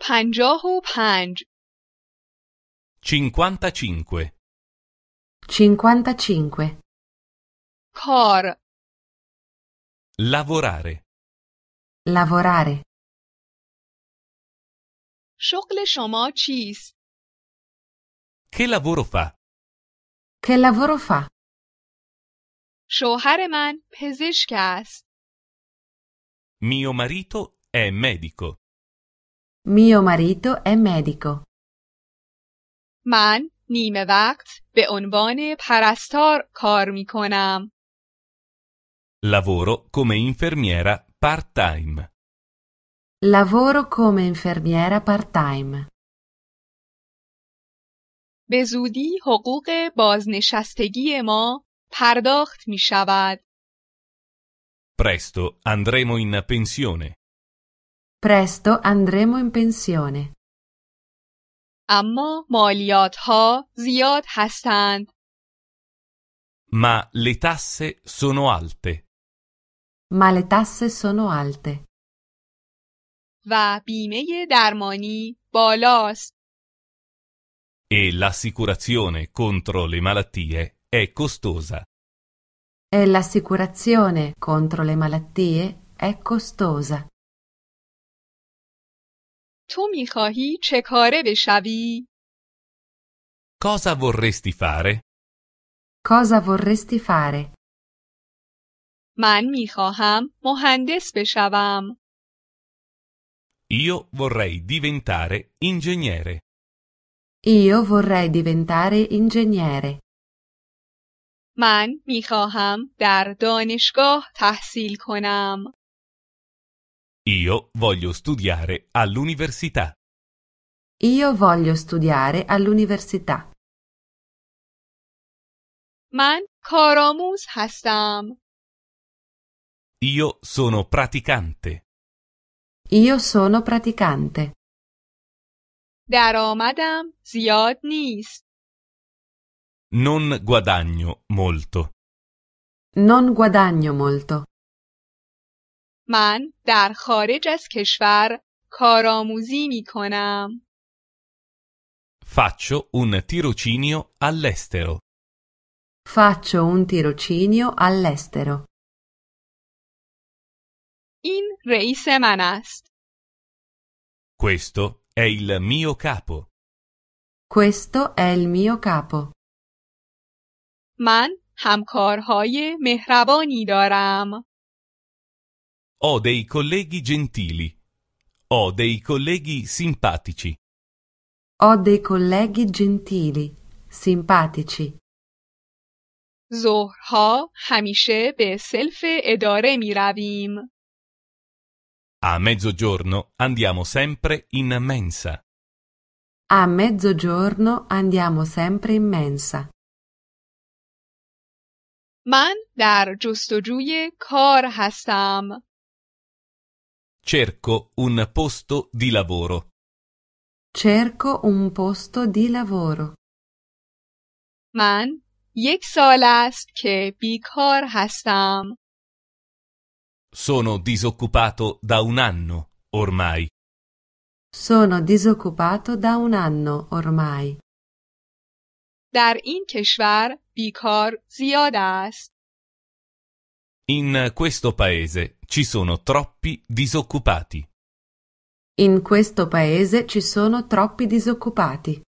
پنجاه و پنج 55. 55. کار Lavorare. Lavorare. شغل شما چیست؟ Che lavoro fa? Che lavoro fa? شوهر من پزشک است. Mio marito è medico. Mio marito è medico. من نیمه وقت به عنوان پرستار کار می کنم. Lavoro come infermiera part-time. Lavoro come infermiera part-time. به زودی حقوق بازنشستگی ما پرداخت می شود. Presto andremo in pensione. Presto andremo in pensione, اما مالیات ها زیاد هستند. Ma le tasse sono alte. ma le tasse sono alte و بیمه درمانی بالاست. E l'assicurazione contro le malattie è costosa. e l'assicurazione contro le malattie è costosa. تو می خواهی چه کاره بشوی؟ Cosa vorresti fare? Cosa vorresti fare? من می خواهم مهندس بشوم. Io vorrei diventare ingegnere. Io vorrei diventare ingegnere. من می خواهم در دانشگاه تحصیل کنم. Io voglio studiare all'università. Io voglio studiare all'università. من کارآموز هستم. Io sono praticante. Io sono praticante. درآمدم زیاد نیست. Non guadagno molto. Non guadagno molto. من در خارج از کشور کارآموزی می کنم. Faccio un tirocinio all'estero. Faccio un tirocinio all'estero. این رئیس من است. Questo è il mio capo. Questo è il mio capo. من همکارهای مهربانی دارم. Ho dei colleghi gentili. Ho dei colleghi simpatici. Ho dei colleghi gentili, simpatici. ظهرها همیشه به سلف اداره می رویم. A mezzogiorno andiamo sempre in mensa. A mezzogiorno andiamo sempre in mensa. من در جستجوی کار هستم. Cerco un posto di lavoro. Cerco un posto di lavoro. من یک سال است که بیکار هستم. Sono disoccupato da un anno ormai. Sono disoccupato da un anno ormai. در این کشور بیکار زیاد است. In questo paese ci sono troppi disoccupati. In questo paese ci sono troppi disoccupati.